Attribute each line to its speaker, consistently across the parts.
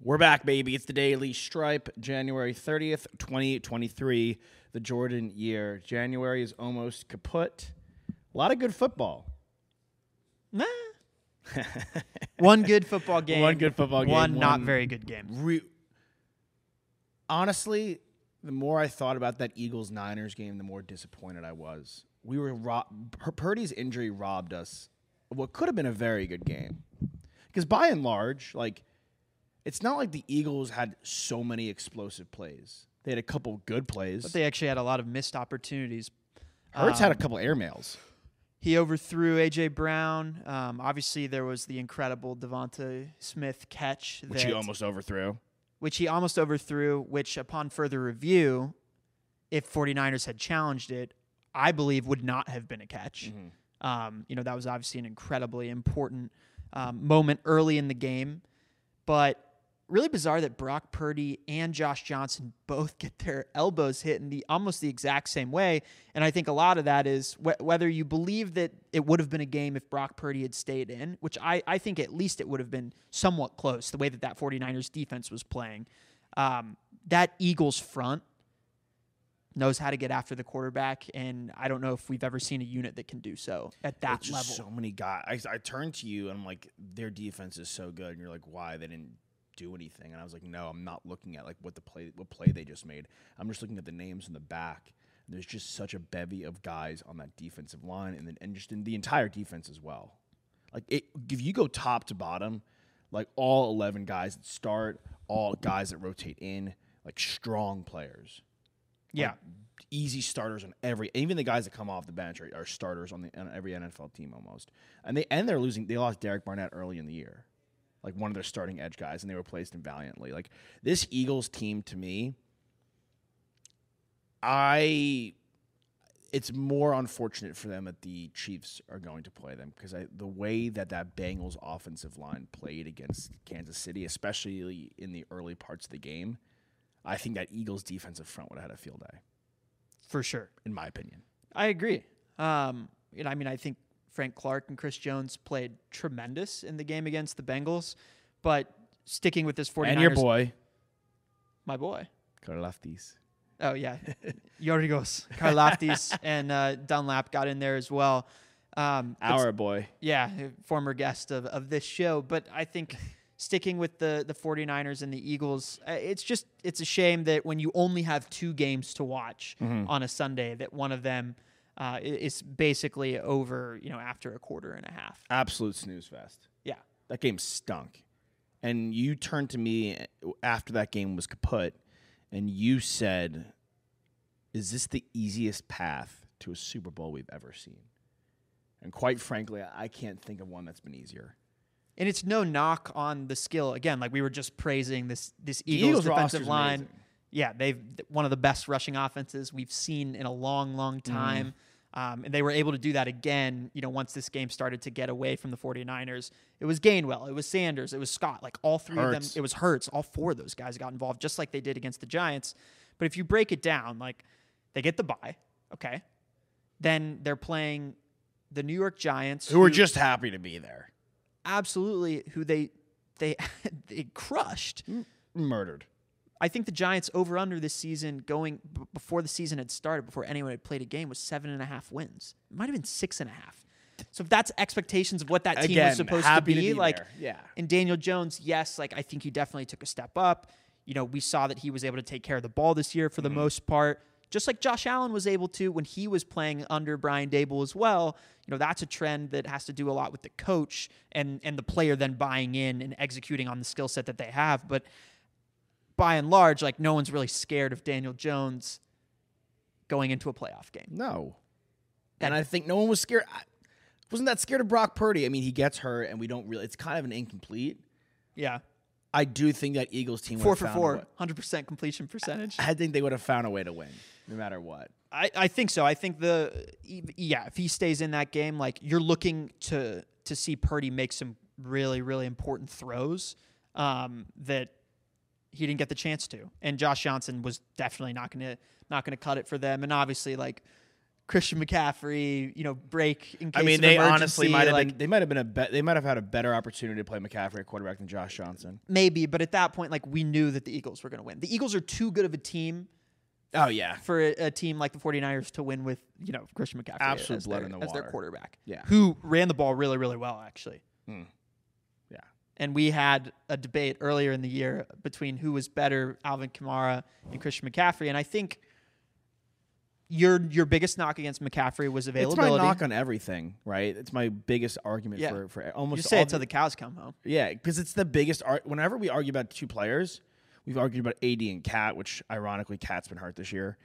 Speaker 1: We're back, baby. It's the Daily Stripe, January 30th, 2023, the Jordan year. January is almost kaput. A lot of good football.
Speaker 2: Nah. one good football game.
Speaker 1: One good football game,
Speaker 2: One, not
Speaker 1: one-
Speaker 2: very good game.
Speaker 1: Re- Honestly, the more I thought about that Eagles Niners game, the more disappointed I was. We were ro- Pur- Purdy's injury robbed us of what could have been a very good game. Because by and large, like it's not like the Eagles had so many explosive plays. They had a couple good plays.
Speaker 2: But they actually had a lot of missed opportunities.
Speaker 1: Hurts
Speaker 2: Um,
Speaker 1: had a couple airmails.
Speaker 2: He overthrew A.J. Brown. Um, obviously, there was the incredible Devonta Smith catch,
Speaker 1: which
Speaker 2: that-
Speaker 1: he almost overthrew.
Speaker 2: which he almost overthrew, which upon further review, if 49ers had challenged it, I believe would not have been a catch.
Speaker 1: Mm-hmm.
Speaker 2: Um, you know, that was obviously an incredibly important um, moment early in the game. But really bizarre that Brock Purdy and Josh Johnson both get their elbows hit in the almost the exact same way. And I think a lot of that is wh- whether you believe that it would have been a game if Brock Purdy had stayed in, which I, I think at least it would have been somewhat close the way that that 49ers defense was playing. Um, that Eagles front knows how to get after the quarterback, and I don't know if we've ever seen a unit that can do so at that
Speaker 1: It's
Speaker 2: level.
Speaker 1: just so many guys. I, I turned to you and I'm like, their defense is so good, and you're like, why they didn't do anything? And I was like, no, I'm not looking at like what the play, what play they just made. I'm just looking at the names in the back. There's just such a bevy of guys on that defensive line, and then and just in the entire defense as well. Like it, if you go top to bottom, like all 11 guys that start, all guys that rotate in, like strong players.
Speaker 2: yeah.
Speaker 1: easy starters on every even the guys that come off the bench are, are starters on the on every NFL team almost. And they and they're losing they lost Derek Barnett early in the year. Like one of their starting edge guys and they replaced him valiantly. Like this Eagles team to me I it's more unfortunate for them that the Chiefs are going to play them because I, the way that that Bengals offensive line played against Kansas City, especially in the early parts of the game, I think that Eagles defensive front would have had a field day
Speaker 2: for sure.
Speaker 1: in my opinion.
Speaker 2: I agree. Um, and I mean, I think Frank Clark and Chris Jones played tremendous in the game against the Bengals, but sticking with this 49ers,
Speaker 1: boy,
Speaker 2: my boy.
Speaker 1: Carl Lefties.
Speaker 2: Oh yeah, Yorgos Karlaftis and uh, Dunlap got in there as well. Um, but
Speaker 1: Our boy.
Speaker 2: yeah, uh, former guest of, of this show. But I think sticking with the, the 49ers and the Eagles, uh, it's just it's a shame that when you only have two games to watch on a Sunday, that one of them uh, i- is basically over, you know, after a quarter and a half.
Speaker 1: Absolute snooze fest.
Speaker 2: Yeah.
Speaker 1: That game stunk. And you turned to me after that game was kaput and you said, Is this the easiest path to a Super Bowl we've ever seen? And quite frankly, I can't think of one that's been easier.
Speaker 2: And it's no knock on the skill. Again, like we were just praising this this Eagles,
Speaker 1: Eagles roster's
Speaker 2: defensive line.
Speaker 1: amazing.
Speaker 2: Yeah, they've th- one of the best rushing offenses we've seen in a long, long
Speaker 1: Mm.
Speaker 2: time. Um, and they were able to do that again, you know, once this game started to get away from the 49ers. It was Gainwell, it was Sanders, it was Scott, like all three of them.
Speaker 1: Hurts.
Speaker 2: It was Hurts. All four of those guys got involved, just like they did against the Giants. But if you break it down, like they get the bye, okay. Then they're playing the New York Giants,
Speaker 1: Who were just happy to be there.
Speaker 2: absolutely who they they they crushed.
Speaker 1: Mm. Murdered.
Speaker 2: I think the Giants over under this season going b- before the season had started, before anyone had played a game, was seven and a half wins. It might have been six and a half. So if that's expectations of what that team
Speaker 1: Again,
Speaker 2: was supposed
Speaker 1: happy
Speaker 2: to
Speaker 1: to
Speaker 2: be,
Speaker 1: be
Speaker 2: like
Speaker 1: there. Yeah.
Speaker 2: and Daniel Jones, yes, like I think he definitely took a step up. You know, we saw that he was able to take care of the ball this year for the most part, just like Josh Allen was able to when he was playing under Brian Dable as well. You know, that's a trend that has to do a lot with the coach and and the player then buying in and executing on the skill set that they have. But by and large, like no one's really scared of Daniel Jones going into a playoff game.
Speaker 1: No.
Speaker 2: That-
Speaker 1: and I think no one was scared. I wasn't that scared of Brock Purdy. I mean, he gets hurt, and we don't really. It's kind of an incomplete.
Speaker 2: Yeah.
Speaker 1: I do think that Eagles team
Speaker 2: Four
Speaker 1: would've
Speaker 2: for
Speaker 1: found a
Speaker 2: four,
Speaker 1: wa-
Speaker 2: 100% completion percentage.
Speaker 1: I think they would have found a way to win, no matter what.
Speaker 2: I, I think so. I think the e- yeah, if he stays in that game, like you're looking to to see Purdy make some really really important throws um, that he didn't get the chance to, and Josh Johnson was definitely not gonna not gonna cut it for them. And obviously, like Christian McCaffrey, you know, break in case
Speaker 1: I mean,
Speaker 2: of
Speaker 1: they
Speaker 2: emergency,
Speaker 1: honestly might have
Speaker 2: like,
Speaker 1: been. They might have been a bet. They might have had a better opportunity to play McCaffrey at quarterback than Josh Johnson.
Speaker 2: maybe, but at that point, like we knew that the Eagles were gonna win. The Eagles are too good of a team
Speaker 1: Oh yeah,
Speaker 2: for a, a team like the 49ers to win with, you know, Christian McCaffrey
Speaker 1: Absolute
Speaker 2: as,
Speaker 1: blood
Speaker 2: their,
Speaker 1: in the
Speaker 2: as their
Speaker 1: water.
Speaker 2: quarterback.
Speaker 1: Yeah. Hmm.
Speaker 2: Who ran the ball really, really well, actually.
Speaker 1: yeah.
Speaker 2: And we had a debate earlier in the year between who was better, Alvin Kamara and Christian McCaffrey. And I think your your biggest knock against McCaffrey was
Speaker 1: It's
Speaker 2: availability.
Speaker 1: my knock on everything, right? It's my biggest argument
Speaker 2: Yeah.
Speaker 1: for for almost
Speaker 2: you say
Speaker 1: all
Speaker 2: it till the cows come home.
Speaker 1: Yeah, because it's the biggest art. Whenever we argue about two players, we've argued about AD and Cat, which ironically Cat's been hurt this year,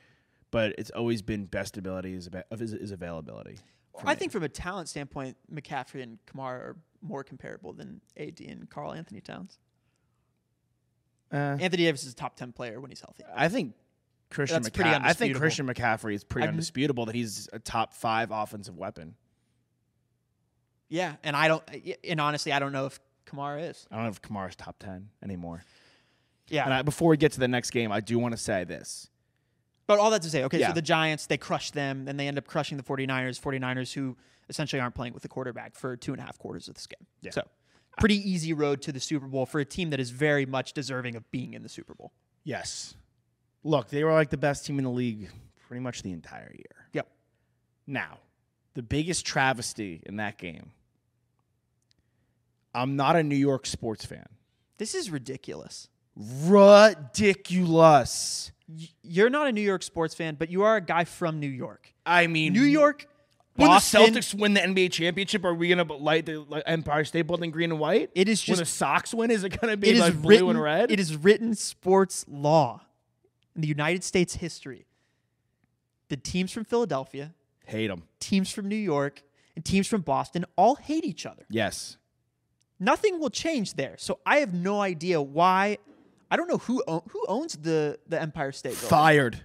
Speaker 1: but it's always been best ability is, ava- is, is availability. for
Speaker 2: I
Speaker 1: me.
Speaker 2: think from a talent standpoint, McCaffrey and Kamara are more comparable than AD and Carl Anthony Towns.
Speaker 1: Uh,
Speaker 2: Anthony Davis is a top 10 player when he's healthy.
Speaker 1: I think Christian.
Speaker 2: That's pretty
Speaker 1: McCa- I think
Speaker 2: undisputable.
Speaker 1: Christian McCaffrey is pretty
Speaker 2: I'm-
Speaker 1: undisputable that he's a top five offensive weapon.
Speaker 2: Yeah, and I don't and honestly, I don't know if Kamara is.
Speaker 1: I don't know if Kamara's top ten anymore.
Speaker 2: Yeah.
Speaker 1: And I, before we get to the next game, I do want to say this.
Speaker 2: But all that to say, okay,
Speaker 1: Yeah.
Speaker 2: so the Giants, they crush them, and they end up crushing the 49ers, 49ers who essentially aren't playing with the quarterback for two and a half quarters of this game.
Speaker 1: Yeah.
Speaker 2: So pretty easy road to the Super Bowl for a team that is very much deserving of being in the Super Bowl.
Speaker 1: Yes. Look, they were like the best team in the league pretty much the entire year.
Speaker 2: Yep.
Speaker 1: Now, the biggest travesty in that game. I'm not a New York sports fan.
Speaker 2: This is ridiculous.
Speaker 1: Ridiculous.
Speaker 2: Y- You're not a New York sports fan, but you are a guy from New York.
Speaker 1: I mean,
Speaker 2: New York,
Speaker 1: When
Speaker 2: Boston,
Speaker 1: the Celtics win the NBA championship, are we gonna light the like, Empire State Building green and white?
Speaker 2: It is
Speaker 1: when the
Speaker 2: just-
Speaker 1: Sox win. Is it gonna be
Speaker 2: it is
Speaker 1: like blue
Speaker 2: written,
Speaker 1: and red?
Speaker 2: It is written sports law in the United States history. The teams from Philadelphia
Speaker 1: hate them.
Speaker 2: teams from New York and teams from Boston all hate each other.
Speaker 1: Yes.
Speaker 2: Nothing will change there. So I have no idea why. I don't know who own, who owns the the Empire State Building.
Speaker 1: Fired.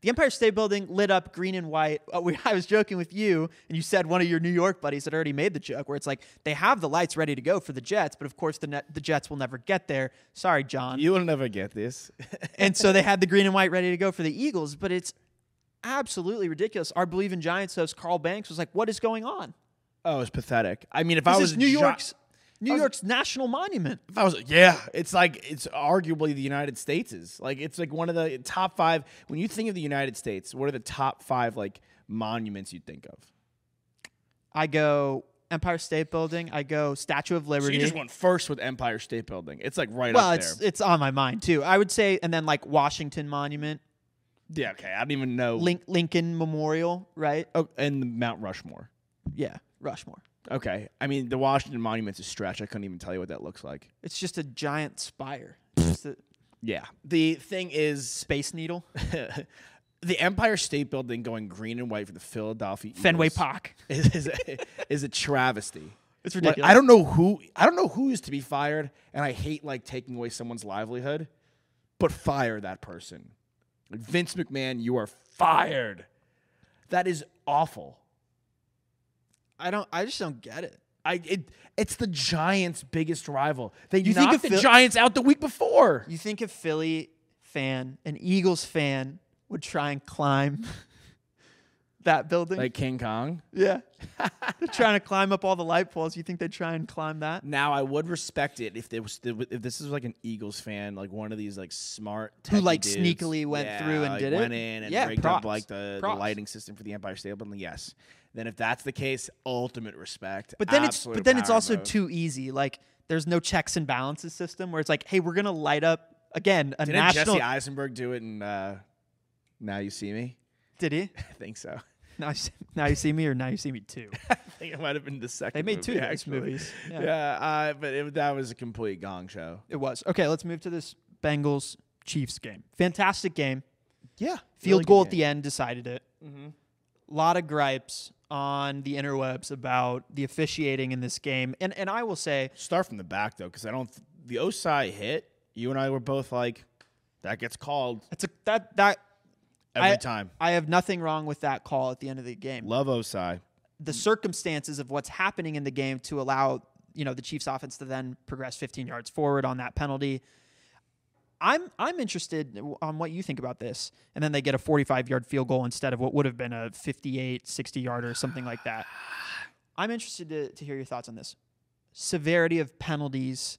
Speaker 2: The Empire State Building lit up green and white. Uh, we, I was joking with you, and you said one of your New York buddies had already made the joke where it's like they have the lights ready to go for the Jets, but of course the net, the Jets will never get there. Sorry, John.
Speaker 1: You will never get this.
Speaker 2: and so they had the green and white ready to go for the Eagles, but it's absolutely ridiculous. Our Believe in Giants host Carl Banks was like, "What is going on?"
Speaker 1: oh, it's pathetic. I mean, if I
Speaker 2: This
Speaker 1: was
Speaker 2: is New
Speaker 1: Jo-
Speaker 2: York's New
Speaker 1: I was-
Speaker 2: York's national monument.
Speaker 1: If I was, yeah, it's like it's arguably the United States' like it's like one of the top five. When you think of the United States, what are the top five like monuments you think of?
Speaker 2: I go Empire State Building. I go Statue of
Speaker 1: So
Speaker 2: Liberty.
Speaker 1: you just went first with Empire State Building. It's like right
Speaker 2: well,
Speaker 1: up
Speaker 2: it's
Speaker 1: there.
Speaker 2: it's on my mind too. I would say, and then like Washington Monument,
Speaker 1: Yeah, okay. I don't even know.
Speaker 2: Link, Lincoln Memorial, right?
Speaker 1: oh, and the Mount Rushmore.
Speaker 2: Yeah, Rushmore.
Speaker 1: Okay, I mean the Washington Monument's a stretch. I couldn't even tell you what that looks like.
Speaker 2: It's just a giant spire. It's just a
Speaker 1: Yeah, the thing is,
Speaker 2: Space Needle,
Speaker 1: the Empire State Building going green and white for the Philadelphia Eagles
Speaker 2: Fenway Park.
Speaker 1: is is a, is a travesty.
Speaker 2: It's
Speaker 1: Like,
Speaker 2: ridiculous.
Speaker 1: I don't know who I don't know who is to be fired, and I hate like taking away someone's livelihood, but fire that person. Like Vince McMahon, you are fired. That is awful.
Speaker 2: I don't. I just don't get it.
Speaker 1: I it, it's the Giants' biggest rival. They
Speaker 2: You think
Speaker 1: knocked
Speaker 2: if
Speaker 1: the
Speaker 2: Phil-
Speaker 1: Giants out the week before.
Speaker 2: You think a Philly fan, an Eagles fan, would try and climb that building?
Speaker 1: Like King Kong.
Speaker 2: yeah, they're trying to climb up all the light poles. You think they try and climb that?
Speaker 1: Now I would respect it if there was if this was like an Eagles fan, like one of these like smart
Speaker 2: Who,
Speaker 1: techie
Speaker 2: like,
Speaker 1: dudes.
Speaker 2: sneakily went
Speaker 1: Yeah,
Speaker 2: through and
Speaker 1: like,
Speaker 2: did it?
Speaker 1: went in and
Speaker 2: Yeah,
Speaker 1: rigged
Speaker 2: props.
Speaker 1: up like the, the
Speaker 2: Props.
Speaker 1: lighting system for the Empire State Building. Yes, then if that's the case, ultimate respect.
Speaker 2: But then it's
Speaker 1: Absolute
Speaker 2: but then it's
Speaker 1: power
Speaker 2: also
Speaker 1: move.
Speaker 2: too easy. Like there's no checks and balances system where it's like, hey, we're gonna light up again a
Speaker 1: Didn't
Speaker 2: national.
Speaker 1: Jesse Eisenberg do it? And uh, now you see me.
Speaker 2: Did he?
Speaker 1: I think so.
Speaker 2: Now you, see, now you see me or now you see me too.
Speaker 1: I think it might have been the second.
Speaker 2: They
Speaker 1: movie,
Speaker 2: made two of those
Speaker 1: actually.
Speaker 2: movies.
Speaker 1: Yeah,
Speaker 2: Yeah.
Speaker 1: uh, but it, that was a complete gong show.
Speaker 2: It was okay. Let's move to this Bengals Chiefs game. Fantastic game.
Speaker 1: Yeah,
Speaker 2: Field goal at the end decided it. A lot of gripes on the interwebs about the officiating in this game, and and I will say
Speaker 1: Start from the back though, because I don't. th- the Osai hit, you and I were both like, that gets called
Speaker 2: That's a that that
Speaker 1: every
Speaker 2: I-
Speaker 1: time.
Speaker 2: I have nothing wrong with that call at the end of the game.
Speaker 1: Love Osai.
Speaker 2: the circumstances of what's happening in the game to allow you know the Chiefs offense to then progress 15 yards forward on that penalty. I'm I'm interested w- on what you think about this. And then they get a 45 yard field goal instead of what would have been a 58, 60 yard or something like that. I'm interested to, to hear your thoughts on this. Severity of penalties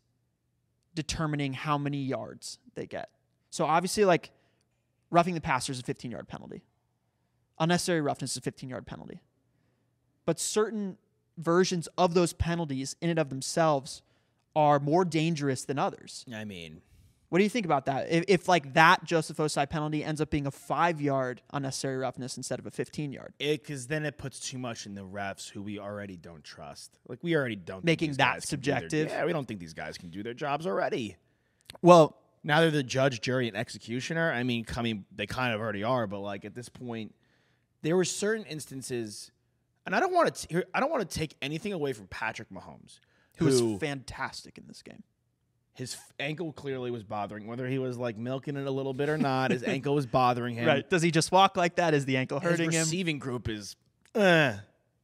Speaker 2: determining how many yards they get. So obviously like roughing the passer is a 15 yard penalty. Unnecessary roughness is a 15 yard penalty but certain versions of those penalties in and of themselves are more dangerous than others.
Speaker 1: I mean,
Speaker 2: What do you think about that? If, if like that Joseph Osai penalty ends up being a five yard unnecessary roughness instead of a 15 yard,
Speaker 1: because then it puts too much in the refs who we already don't trust. Like we already don't think
Speaker 2: Making
Speaker 1: these
Speaker 2: that
Speaker 1: guys can do their-
Speaker 2: subjective.
Speaker 1: yeah, we don't think these guys can do their jobs already.
Speaker 2: well,
Speaker 1: Now they're the judge, jury, and executioner. I mean, coming they kind of already are, but like at this point, there were certain instances, and I don't want to. I don't want to take anything away from Patrick Mahomes,
Speaker 2: who was fantastic in this game?
Speaker 1: his f- ankle clearly was bothering whether he was like milking it a little bit or not. His ankle was bothering him.
Speaker 2: Does he just walk like that? Is the ankle hurting
Speaker 1: his
Speaker 2: him?
Speaker 1: receiving group is uh,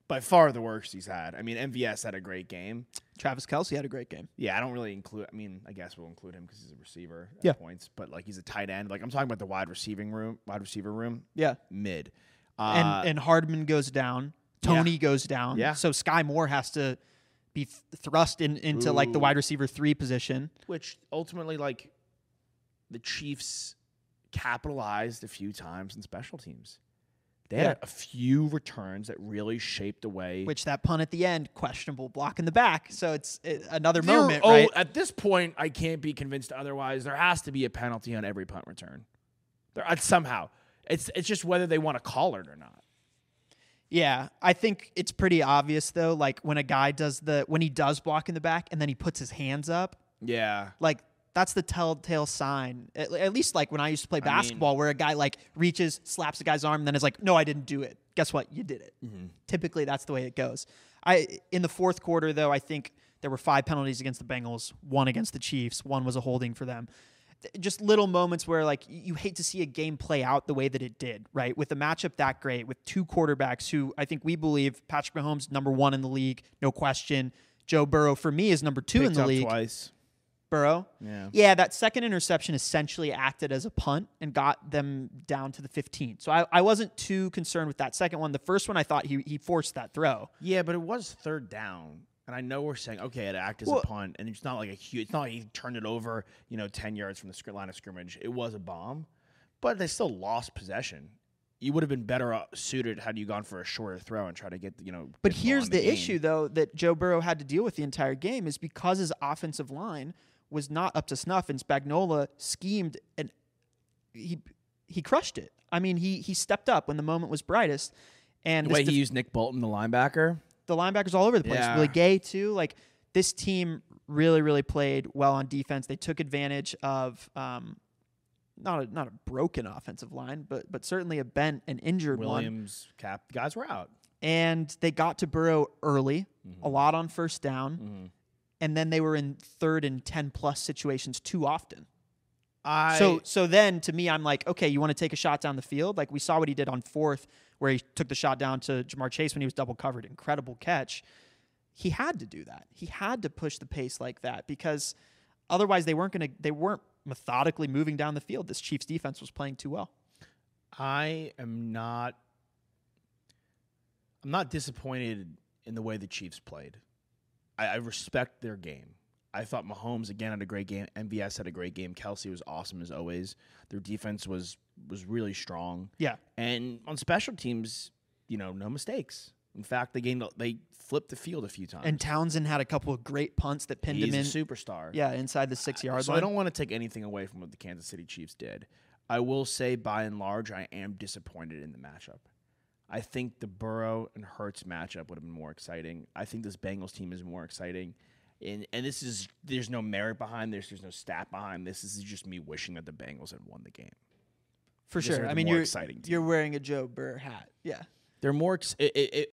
Speaker 1: by far the worst he's had. I mean, MVS had a great game.
Speaker 2: Travis Kelsey had a great game.
Speaker 1: Yeah, I don't really include. I mean, I guess we'll include him because he's a receiver at
Speaker 2: Yeah.
Speaker 1: points, but like he's a tight end. Like I'm talking about the wide receiving room, wide receiver room,
Speaker 2: Yeah.
Speaker 1: mid.
Speaker 2: And,
Speaker 1: Uh,
Speaker 2: and Hardman goes down. Tony goes down.
Speaker 1: Yeah.
Speaker 2: So Sky Moore has to be th- thrust in, into like the
Speaker 1: Ooh.
Speaker 2: wide receiver three position.
Speaker 1: which ultimately, like, the Chiefs capitalized a few times in special teams. They
Speaker 2: Yeah.
Speaker 1: had a few returns that really shaped the way.
Speaker 2: which that punt at the end, questionable block in the back. So it's it, another
Speaker 1: There-
Speaker 2: moment,
Speaker 1: oh,
Speaker 2: right?
Speaker 1: At this point, I can't be convinced otherwise. There has to be a penalty on every punt return. There uh, somehow. It's it's just whether they want to call it or not.
Speaker 2: Yeah, I think it's pretty obvious though. Like when a guy does the when he does block in the back and then he puts his hands up,
Speaker 1: Yeah.
Speaker 2: like that's the telltale sign. At, at least like when I used to play basketball, where a guy like reaches, slaps a guy's arm, and then is like, "No, I didn't do it." Guess what? You did it.
Speaker 1: Mm-hmm.
Speaker 2: Typically, that's the way it goes. I in the fourth quarter though, I think there were five penalties against the Bengals, one against the Chiefs, one was a holding for them. Th- Just little moments where like y- you hate to see a game play out the way that it did, right? With a matchup that great, with two quarterbacks who I think we believe Patrick Mahomes number one in the league, no question. Joe Burrow for me is number two in the league.
Speaker 1: twice.
Speaker 2: Burrow.
Speaker 1: Yeah.
Speaker 2: Yeah, that second interception essentially acted as a punt and got them down to the 15. So I, I wasn't too concerned with that second one. The first one, I thought he, he forced that throw.
Speaker 1: Yeah, but it was third down. And I know we're saying, okay, it acted as
Speaker 2: Well-
Speaker 1: a punt, and it's not like a huge it's not like he turned it over, you know, ten yards from the scr- line of scrimmage. It was a bomb. But they still lost possession. You would have been better uh, suited had you gone for a shorter throw and try to get, you know.
Speaker 2: But
Speaker 1: get ball
Speaker 2: here's
Speaker 1: in
Speaker 2: the,
Speaker 1: game.
Speaker 2: issue, though, that Joe Burrow had to deal with the entire game is because his offensive line was not up to snuff, and Spagnola schemed and he he crushed it. I mean, he he stepped up when the moment was brightest. And
Speaker 1: The
Speaker 2: this
Speaker 1: way
Speaker 2: def-
Speaker 1: he used Nick Bolton, the linebacker.
Speaker 2: the linebackers all over the place.
Speaker 1: Yeah.
Speaker 2: Really gay too. Like this team really, really played well on defense. They took advantage of um, not a not a broken offensive line, but but certainly a bent and injured one.
Speaker 1: Williams, Cap, the guys were out.
Speaker 2: And they got to Burrow early, a lot on first down, and then they were in third and ten plus situations too often.
Speaker 1: I
Speaker 2: so so then to me, I'm like, okay, you want to take a shot down the field? Like we saw what he did on fourth, where he took the shot down to Jamar Chase when he was double covered. Incredible catch. He had to do that. He had to push the pace like that because otherwise they weren't gonna they weren't methodically moving down the field. This Chiefs defense was playing too well.
Speaker 1: I am not. I'm not disappointed in the way the Chiefs played. I, I respect their game. I thought Mahomes again had a great game. MVS had a great game. Kelsey was awesome as always. Their defense was was really strong.
Speaker 2: Yeah.
Speaker 1: And on special teams, you know, no mistakes. In fact, they gained they flipped the field a few times.
Speaker 2: And Townsend had a couple of great punts that pinned
Speaker 1: he's
Speaker 2: him in.
Speaker 1: a superstar.
Speaker 2: yeah, inside the six yard
Speaker 1: So
Speaker 2: line.
Speaker 1: I don't want to take anything away from what the Kansas City Chiefs did. I will say, by and large, I am disappointed in the matchup. I think the Burrow and Hertz matchup would have been more exciting. I think this Bengals team is more exciting. And, and this is there's no merit behind this. There's no stat behind this. This is just me wishing that the Bengals had won the game.
Speaker 2: For
Speaker 1: Just
Speaker 2: sure.
Speaker 1: are
Speaker 2: I
Speaker 1: the
Speaker 2: mean,
Speaker 1: more
Speaker 2: you're
Speaker 1: exciting team.
Speaker 2: you're wearing a Joe Burr hat. Yeah.
Speaker 1: They're more. Ex- it, it, it,